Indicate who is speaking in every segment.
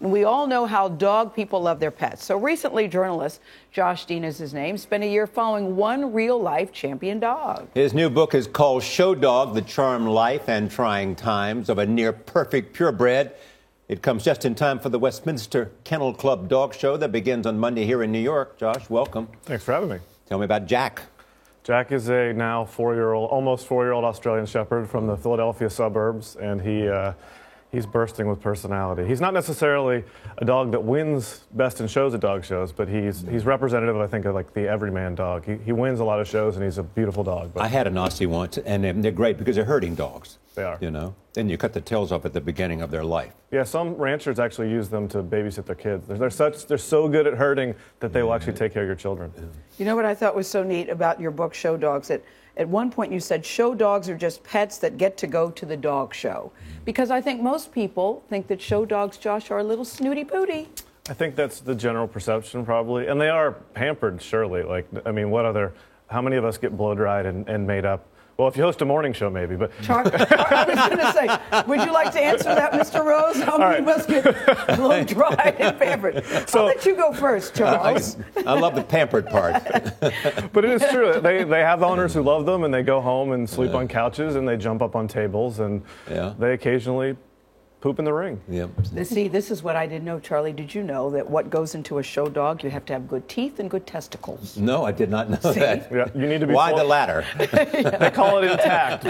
Speaker 1: We all know how dog people love their pets. So recently, journalist Josh Dean is his name, spent a year following one real life champion dog.
Speaker 2: His new book is called Show Dog The Charmed Life and Trying Times of a Near Perfect Purebred. It comes just in time for the Westminster Kennel Club Dog Show that begins on Monday here in New York. Josh, welcome.
Speaker 3: Thanks for having me.
Speaker 2: Tell me about Jack.
Speaker 3: Jack is a now four-year-old, almost four-year-old Australian Shepherd from the Philadelphia suburbs, and he uh, he's bursting with personality. He's not necessarily a dog that wins best in shows at dog shows, but he's he's representative, I think, of like the everyman dog. He, he wins a lot of shows, and he's a beautiful dog.
Speaker 2: I
Speaker 3: But
Speaker 2: had an Aussie once, and they're- they're great because they're herding dogs.
Speaker 3: They are.
Speaker 2: You know, and you cut the tails off at the beginning of their life.
Speaker 3: yeah, some ranchers actually use them to babysit their kids. They're, they're such they're so good at herding that they will actually take care of your children.
Speaker 1: You know what I thought was so neat about your book, Show Dogs? That at one point you said show dogs are just pets that get to go to the dog show. Because I think most people think that show dogs, Josh, are a little snooty booty.
Speaker 3: I think that's the general perception, probably. And they are pampered, surely. Like, I mean, what other, how many of us get blow dried and, and made up? Well, if you host a morning show, maybe, but
Speaker 1: Char- I was going to say, would you like to answer that, Mr. Rose? How many
Speaker 3: right.
Speaker 1: must get blow dried and pampered? I'll
Speaker 3: So-
Speaker 1: let you go first,
Speaker 2: I,
Speaker 1: Charles.
Speaker 2: I love the pampered part.
Speaker 3: but it is true. They, they have owners who love them and they go home and sleep on couches and they jump up on tables and
Speaker 2: Yeah.
Speaker 3: they occasionally poop in the ring.
Speaker 2: yep.
Speaker 1: See, this is what I didn't know, Charlie. Did you know that what goes into a show dog, you have to have good teeth and good testicles?
Speaker 2: No, I did not know
Speaker 1: See?
Speaker 2: that.
Speaker 3: Yeah, you need to be
Speaker 2: Why
Speaker 3: full-
Speaker 2: the latter?
Speaker 3: They call it intact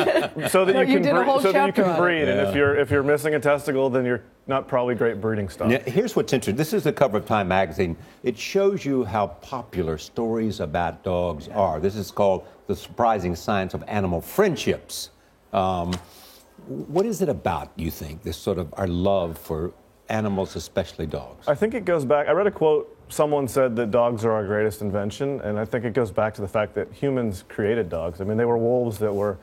Speaker 3: so that
Speaker 1: No,
Speaker 3: you
Speaker 1: you
Speaker 3: can
Speaker 1: did a
Speaker 3: bre-
Speaker 1: whole
Speaker 3: so that you
Speaker 1: chapter on
Speaker 3: can
Speaker 1: it.
Speaker 3: breed. And if you're if you're missing a testicle, then you're not probably great breeding stock.
Speaker 2: Now, here's what's interesting. This is the cover of Time magazine. It shows you how popular stories about dogs are. This is called The Surprising Science of Animal Friendships. Um, what is it about, do you think, this sort of our love for animals, especially dogs?
Speaker 3: I think it goes back. I read a quote. Someone said that dogs are our greatest invention, and I think it goes back to the fact that humans created dogs. I mean, they were wolves that were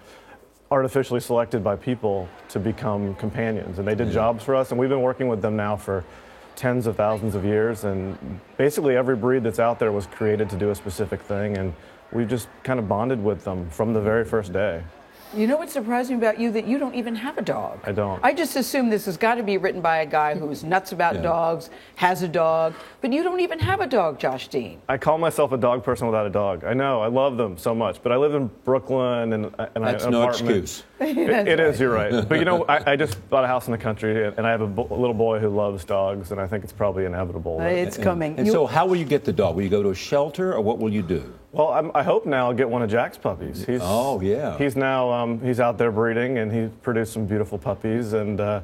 Speaker 3: artificially selected by people to become companions, and they did jobs for us. And we've been working with them now for tens of thousands of years, and basically every breed that's out there was created to do a specific thing, and we just kind of bonded with them from the very first day.
Speaker 1: You know what's surprising about you? That you don't even have a dog.
Speaker 3: I don't.
Speaker 1: I just assume this has got to be written by a guy who's nuts about
Speaker 2: Yeah.
Speaker 1: dogs, has a dog, but you don't even have a dog, Josh Dean.
Speaker 3: I call myself a dog person without a dog. I know I love them so much, but I live in Brooklyn and, and
Speaker 2: That's
Speaker 3: I, an
Speaker 2: no
Speaker 3: apartment.
Speaker 2: excuse.
Speaker 3: It- it is. You're right. But you know, I, I just bought a house in the country, and I have a bo- little boy who loves dogs, and I think it's probably inevitable. that-
Speaker 1: It's coming.
Speaker 2: And
Speaker 1: You-
Speaker 2: so, how will you get the dog? Will you go to a shelter, or what will you do?
Speaker 3: well, I'm, I hope now I'll get one of Jack's puppies. He's,
Speaker 2: Oh, yeah.
Speaker 3: He's now um, he's out there breeding, and he produced some beautiful puppies. And uh,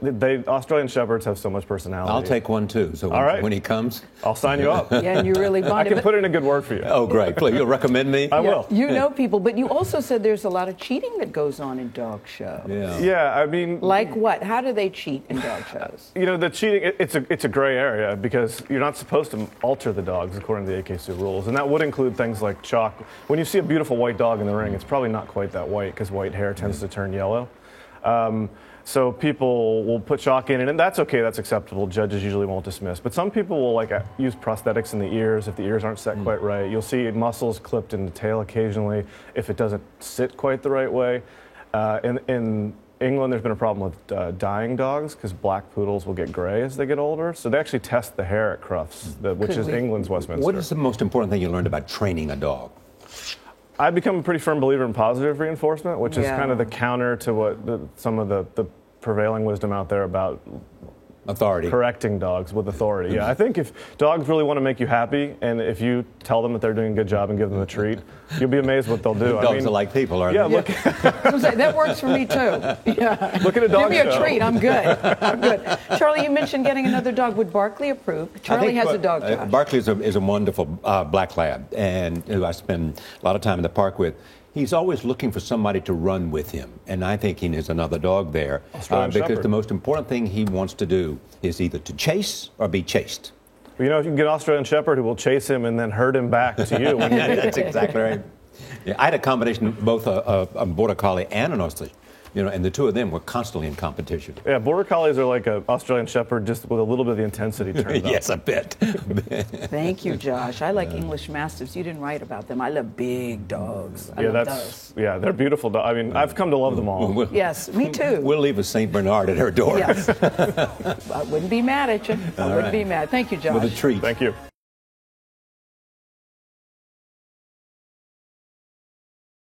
Speaker 3: they Australian shepherds have so much personality.
Speaker 2: I'll take one too. So,
Speaker 3: All right.
Speaker 2: when he comes,
Speaker 3: I'll sign you up.
Speaker 1: yeah, and you really
Speaker 3: I
Speaker 1: bonded.
Speaker 3: can
Speaker 1: but-
Speaker 3: put in a good word for you.
Speaker 2: oh, great. Please, you'll recommend me?
Speaker 3: I
Speaker 1: yeah,
Speaker 3: will.
Speaker 1: You know people, but you also said there's a lot of cheating that goes on in dog shows.
Speaker 2: Yeah.
Speaker 3: Yeah, I mean,
Speaker 1: Like what? How do they cheat in dog shows?
Speaker 3: You know, the cheating, it- it's a, it's a gray area because you're not supposed to alter the dogs according to the AKC rules. And that would include things like chalk. When you see a beautiful white dog in the ring, it's probably not quite that white because white hair tends to turn yellow. Um, so people will put chalk in, it, and that's okay, that's acceptable. Judges usually won't dismiss. But some people will like uh, use prosthetics in the ears if the ears aren't set
Speaker 2: Hmm.
Speaker 3: quite right. You'll see muscles clipped in the tail occasionally if it doesn't sit quite the right way. Uh, in, in England, there's been a problem with uh, dying dogs because black poodles will get gray as they get older. So they actually test the hair at Crufts, the, which
Speaker 1: Could
Speaker 3: is
Speaker 1: we-
Speaker 3: England's Westminster.
Speaker 2: What is the most important thing you learned about training a dog?
Speaker 3: I've become a pretty firm believer in positive reinforcement, which is
Speaker 1: Yeah.
Speaker 3: kind of the counter to what the, some of the, the prevailing wisdom out there about
Speaker 2: Authority.
Speaker 3: correcting dogs with authority. Yeah, I think if dogs really want to make you happy, and if you tell them that they're doing a good job and give them a treat, you'll be amazed what they'll do.
Speaker 2: Dogs are like people, aren't
Speaker 3: yeah,
Speaker 2: they?
Speaker 3: look,
Speaker 1: So I'm saying, that works for me too. Yeah.
Speaker 3: look at a
Speaker 1: Give
Speaker 3: dog
Speaker 1: me a
Speaker 3: show.
Speaker 1: treat. I'm good. I'm good. Charlie, you mentioned getting another dog. Would Barkley approve?
Speaker 2: I
Speaker 1: Charlie
Speaker 2: think
Speaker 1: has
Speaker 2: Bar-
Speaker 1: a dog.
Speaker 2: uh,
Speaker 1: Josh.
Speaker 2: Barkley is a, is a wonderful uh, black lab, and who I spend a lot of time in the park with. He's always looking for somebody to run with him, and I think he needs another dog there uh,
Speaker 3: Australian
Speaker 2: because
Speaker 3: Shepherd.
Speaker 2: the most important thing he wants to do is either to chase or be chased.
Speaker 3: You know, if you can get an Australian Shepherd who will chase him and then herd him back to you. When you
Speaker 2: That's exactly right. Yeah, I had a combination of both a, a, a border collie and an ostrich you know, and the two of them were constantly in competition.
Speaker 3: Yeah, border collies are like an Australian Shepherd, just with a little bit of the intensity turned up.
Speaker 2: yes, I bet.
Speaker 1: Thank you, Josh. I like English Mastiffs. You didn't write about them. I love big dogs. I
Speaker 3: Yeah,
Speaker 1: love
Speaker 3: that's yeah, they're beautiful. do- I mean, I've come to love them all.
Speaker 1: those. Yes, me too.
Speaker 2: we'll leave a St. Bernard at her door
Speaker 1: yes. I wouldn't be mad at you. I wouldn't be mad. Thank you, Josh.
Speaker 2: with a treat.
Speaker 3: Thank you.